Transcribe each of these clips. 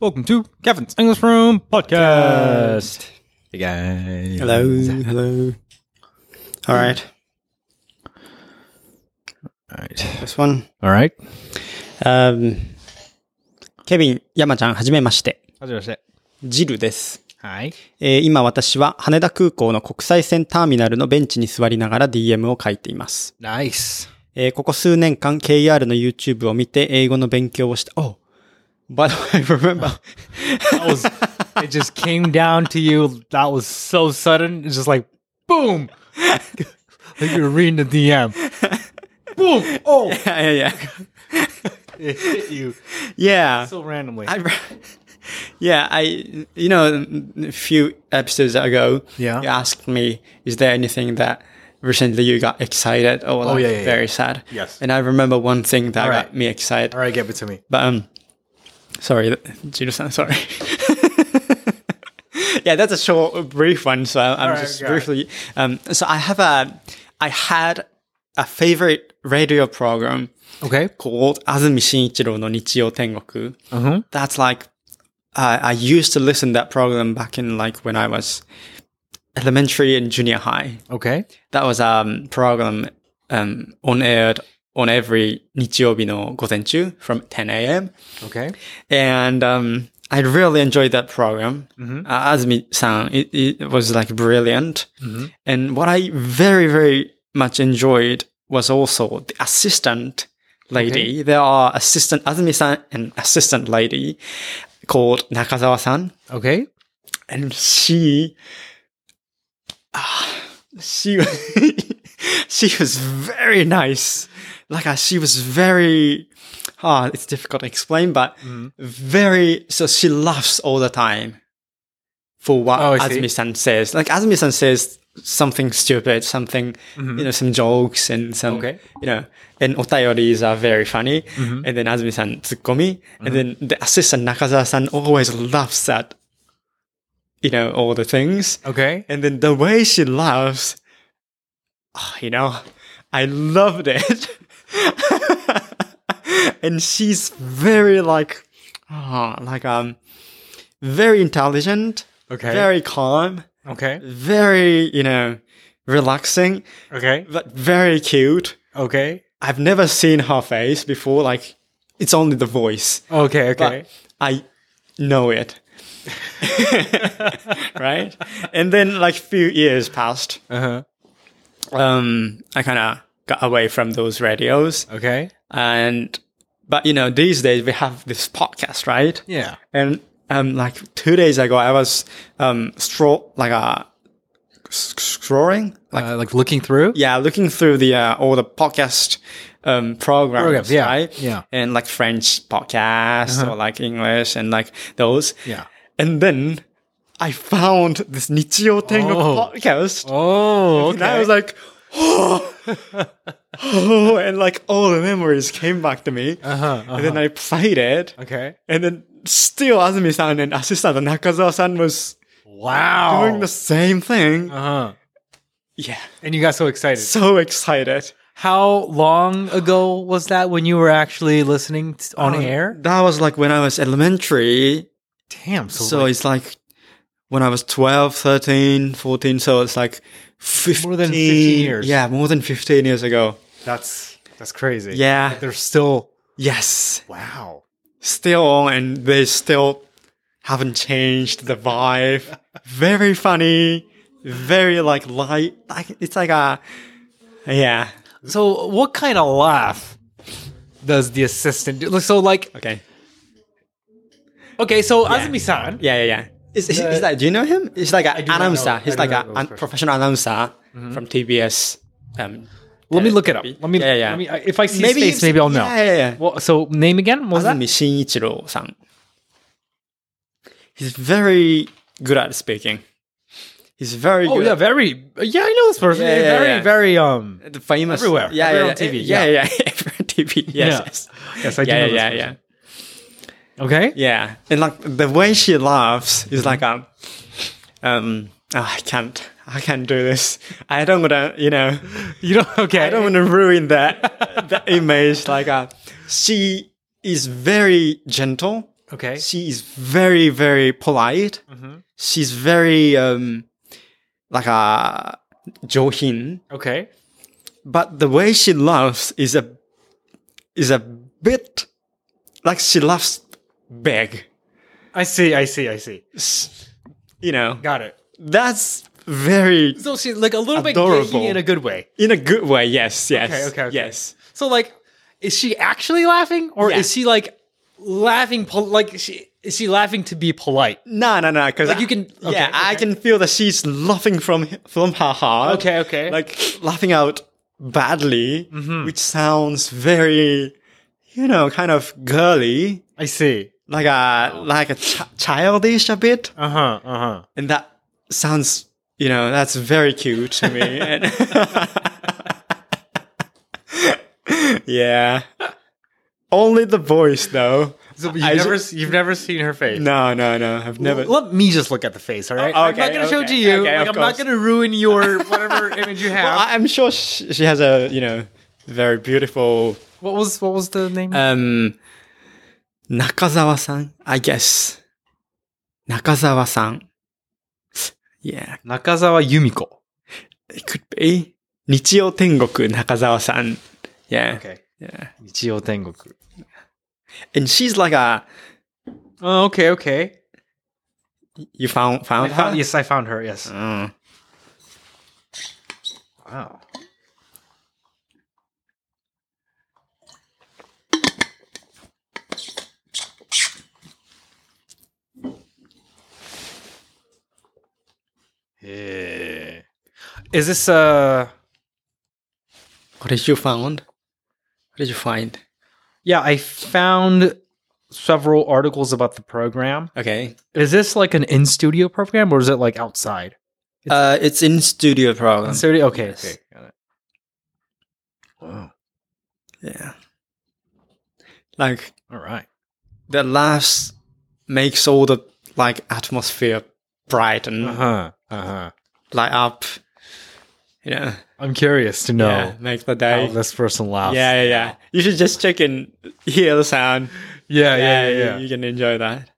Welcome to Kevin's English Room Podcast. Hey guys. Hello, hello. All right, All right. this one. All right. あーケビン、山ちゃん、はじめまして。はじめまして。ジルです。はい。えー今私は羽田空港の国際線ターミナルのベンチに座りながら DM を書いています。ナイス。えーここ数年間 KR の YouTube を見て英語の勉強をした。Oh, but I remember. That was, it just came down to you. That was so sudden. It's just like, boom. like you're reading the DM. Boom. Oh. yeah, yeah, It hit you yeah. so randomly. I, yeah, I, you know, a few episodes ago, Yeah. you asked me, is there anything that recently you got excited or like Oh, yeah, yeah, very sad? Yes. And I remember one thing that right. got me excited. All right, give it to me. But, um, sorry, Judo-san, sorry. yeah, that's a short, brief one. So I'm right, just got it. briefly, um, so I have a, I had a favorite radio program Okay. called Azumi Shinichiro no Nichiyo Tengoku. Uh-huh. That's like I I used to listen that program back in like when I was elementary and junior high. Okay. That was a um, program um, on aired on every 日曜日の午前中 from 10 a.m. Okay. And um, I really enjoyed that program. Uh, Azumi-san, it, it was like brilliant. And what I very, very much enjoyed was also the assistant lady. There are assistant Azumi-san and assistant lady called Nakazawa-san. Okay. And she, ah, she, she was very nice. Like, uh, she was very, ah, it's difficult to explain, but Mm-hmm. very, so she laughs all the time for what Oh, I see. Azumi-san says. Like, Azumi-san says something stupid, something, you know, some jokes and some, Okay. you know, and otayoris are very funny. And then Azumi-san, tsukomi. And then the assistant Nakazawa-san always laughs at you know, all the things. Okay. And then the way she laughs, ah, you know, I loved it. and she's very like, ah, like, um, very intelligent, Okay. very calm, Okay. very, you know, relaxing, Okay. but very cute. Okay. I've never seen her face before. Like, it's only the voice. Okay. but Okay. I know it. right? And then like few years passed. Uh-huh. Um I kind of got away from those radios Okay. and but you know these days we have this podcast, right? Yeah. And um like 2 days ago I was um stroll like uh s- scrolling like Uh, like looking through? yeah, looking through the uh, all the podcast um, programs, Programs, yeah, right? yeah. Uh-huh. and like French podcasts or like English and like those. Yeah. and then I found this Nichio Tengoku Oh. podcast, Oh, okay. and I was like, oh, oh, and like all the memories came back to me, uh-huh, uh-huh. and then I played it, Okay. and then still Azumi-san and assistant Nakazawa-san was Wow. doing the same thing. Uh-huh. yeah, And you got so excited. so excited. How long ago was that when you were actually listening t- on Oh, air? Um, That was like when I was elementary. Damn. So, So it's like when I was 12, 13, 14. So it's like 15, More than 15 years. Yeah, more than 15 years ago. that's that's crazy. Yeah. They're still Yes. wow. Still on, and they still haven't changed the vibe. very funny. Very like light. Like, it's like a. Yeah. So what kind of laugh does the assistant do? So like Okay. okay, so Azumi-san. Yeah, yeah, yeah. Is, is, is that, do you know him? He's like an do not know- I announcer. He's do like not a know Mm-hmm. this an- person. professional announcer from TBS. Um, Let me look it up. Maybe. Let me Yeah, yeah. Let me, uh, if I see Maybe his face, you've maybe I'll know. Yeah, yeah, yeah. Well, so name again? What was that? Azumi Shinichiro san. He's very good at speaking. He's very Oh good yeah, at very yeah, I know this person. Yeah, yeah, very, yeah. very um the famous Everywhere. Yeah, Everywhere yeah, on TV, Yeah, yeah, yeah. Everywhere on TV. Yes, Yeah. yes. Yes, I do yeah, know this yeah, yeah, person. Okay. yeah. And like the way she laughs is like a, um, oh, I can't, I can't do this. I don't wanna, you know. You don't okay. I don't want to ruin that that image. Like, uh, she is very gentle, Okay. She is very, very polite. Mhm. She's very, um, like a Johin. Okay. But the way she laughs is a, is a bit like she laughs big. I see. I see. I see. S- You know, Got it. that's very, So she's like a little bit Adorable. geeky in a good way. in a good way. Yes, yes. Okay, okay, okay. Yes. So like, is she actually laughing, or Yeah. is she like laughing? Pol- like she is she laughing to be polite? No, no, no. Because Like you can- okay, yeah, I okay. can feel that she's laughing from from her heart. Okay, okay. Mm-hmm. Like laughing out badly, which sounds very, you know, kind of girly, I see. like a like a chi- childish a bit, Uh huh. Uh huh. and that sounds, you know, that's very cute to me. and yeah. Only the voice, though. So you've I- never you've never seen her face. No, no, no. I've never. Let me just look at the face, all right? Oh, I'm not okay, gonna show it to okay, you. okay, like, I'm of not course. gonna ruin your whatever image you have. Well, I- I'm sure she, she has a you know very beautiful what was what was the name? um Nakazawa-san, I guess. Nakazawa-san. Yeah, Nakazawa Yumiko. it could be. Nichio Tengoku Nakazawa-san. Yeah. Okay. Yeah. Ichio Tengoku. And she's like a Oh, okay, okay. you found I found her? found, yes, I found her. Yes. Mm. Oh, Wow. Yeah. Is this uh What did you found? What did you find? yeah, I found several articles about the program. Okay. Is this like an in studio program or is it like outside? uh it's in studio program. In studio? Okay, yes. Um, okay. Got it. Wow. yeah. Like All right. the laughs makes all the like atmosphere bright and Uh-huh. Uh-huh. light up. You know, I'm curious to know yeah, make the how day. this person Yeah, laughs. yeah, yeah. You should just check and hear the sound. Yeah, yeah, yeah. You, you can enjoy that.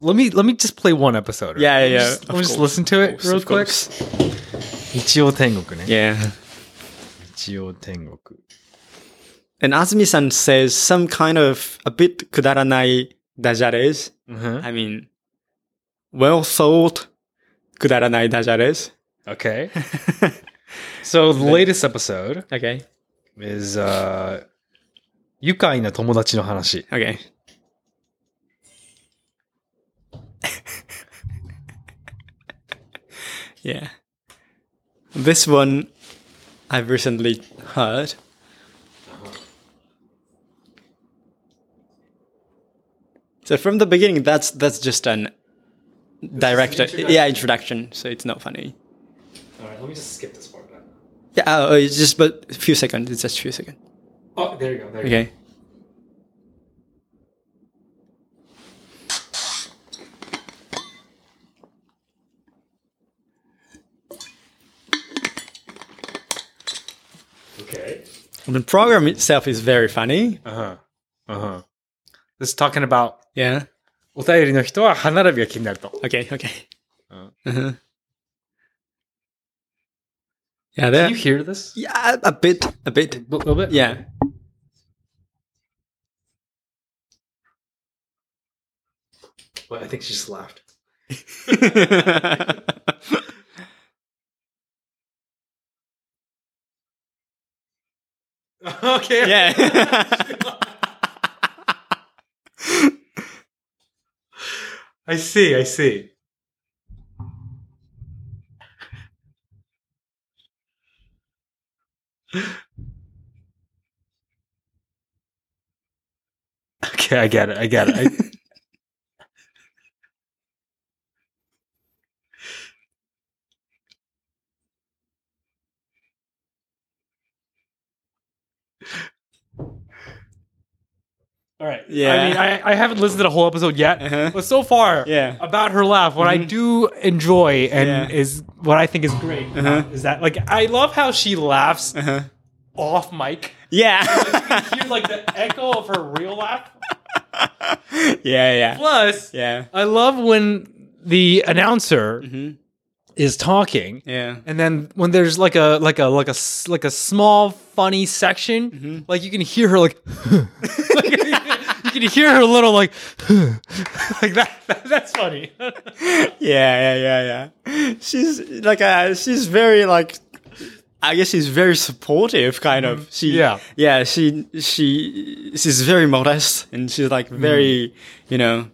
Let me let me just play one episode. Yeah, yeah, yeah. Just, let Of me just course, listen to it real Of quick. course. Ichio Tengoku Yeah. Ichio Tengoku. And Azumi-san says some kind of a bit kudaranai dajares. Uh-huh. I mean, well thought kudaranai dajares. Okay. so the latest episode Okay. is uh Yukai na Tomodachi no Hanashi. Okay. yeah. This one I've recently heard. So from the beginning that's that's just an direct yeah introduction so it's not funny. Alright, let me just skip this part then. Yeah, oh, it's just but a few seconds, it's just a few seconds. Oh, there you go. There you Okay. go. Okay. The program itself is very funny. Uh-huh. Uh-huh. This is talking about Yeah. お便りの人は歯並びが気になると。 Okay, okay. Uh. Uh-huh. Yeah, Can there. you hear this? Yeah, a bit, a bit. A little bit? Yeah. But I think she just laughed. okay. yeah. I see, I see. okay, I get it. I get it. I- All right. I Yeah. mean, I, I haven't listened to the whole episode yet, Uh-huh. but so far, Yeah. about her laugh, what I Mhm. do enjoy and Yeah. is what I think is great uh, Uh-huh. is that like I love how she laughs Uh-huh. off mic. Yeah. Hear like the echo of her real laugh. yeah, yeah, Plus, yeah, I love when the announcer is talking, Mm-hmm. yeah. and then when there's like a like a like a s- like a small funny section, Mm-hmm. like you can hear her like, like, you can hear her little like like that, that- That's funny. Yeah, yeah, yeah, yeah. She's like uh she's very like I guess she's very supportive kind of. She Yeah. Mm-hmm. Yeah, she she she's very modest and she's like very, you know,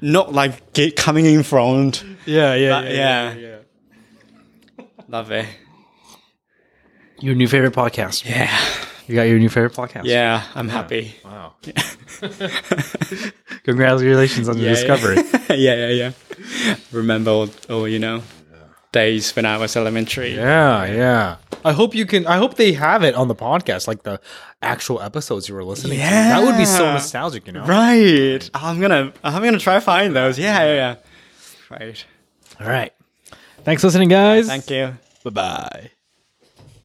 not like get coming in front. yeah, yeah, yeah, That- yeah. Love it. Your new favorite podcast. Yeah. You got your new favorite podcast. Yeah, I'm happy. Wow. Congratulations on your Yeah, discovery. Yeah, yeah, yeah. yeah. Remember all, all you know days when I was elementary. Yeah, yeah. I hope you can. I hope they have it on the podcast, like the actual episodes you were listening to. That would be so Yeah. nostalgic, you know. Right. I'm gonna I'm gonna try find those. Yeah, yeah, yeah. Right. All right. Thanks for listening, guys. Thank you. Bye bye.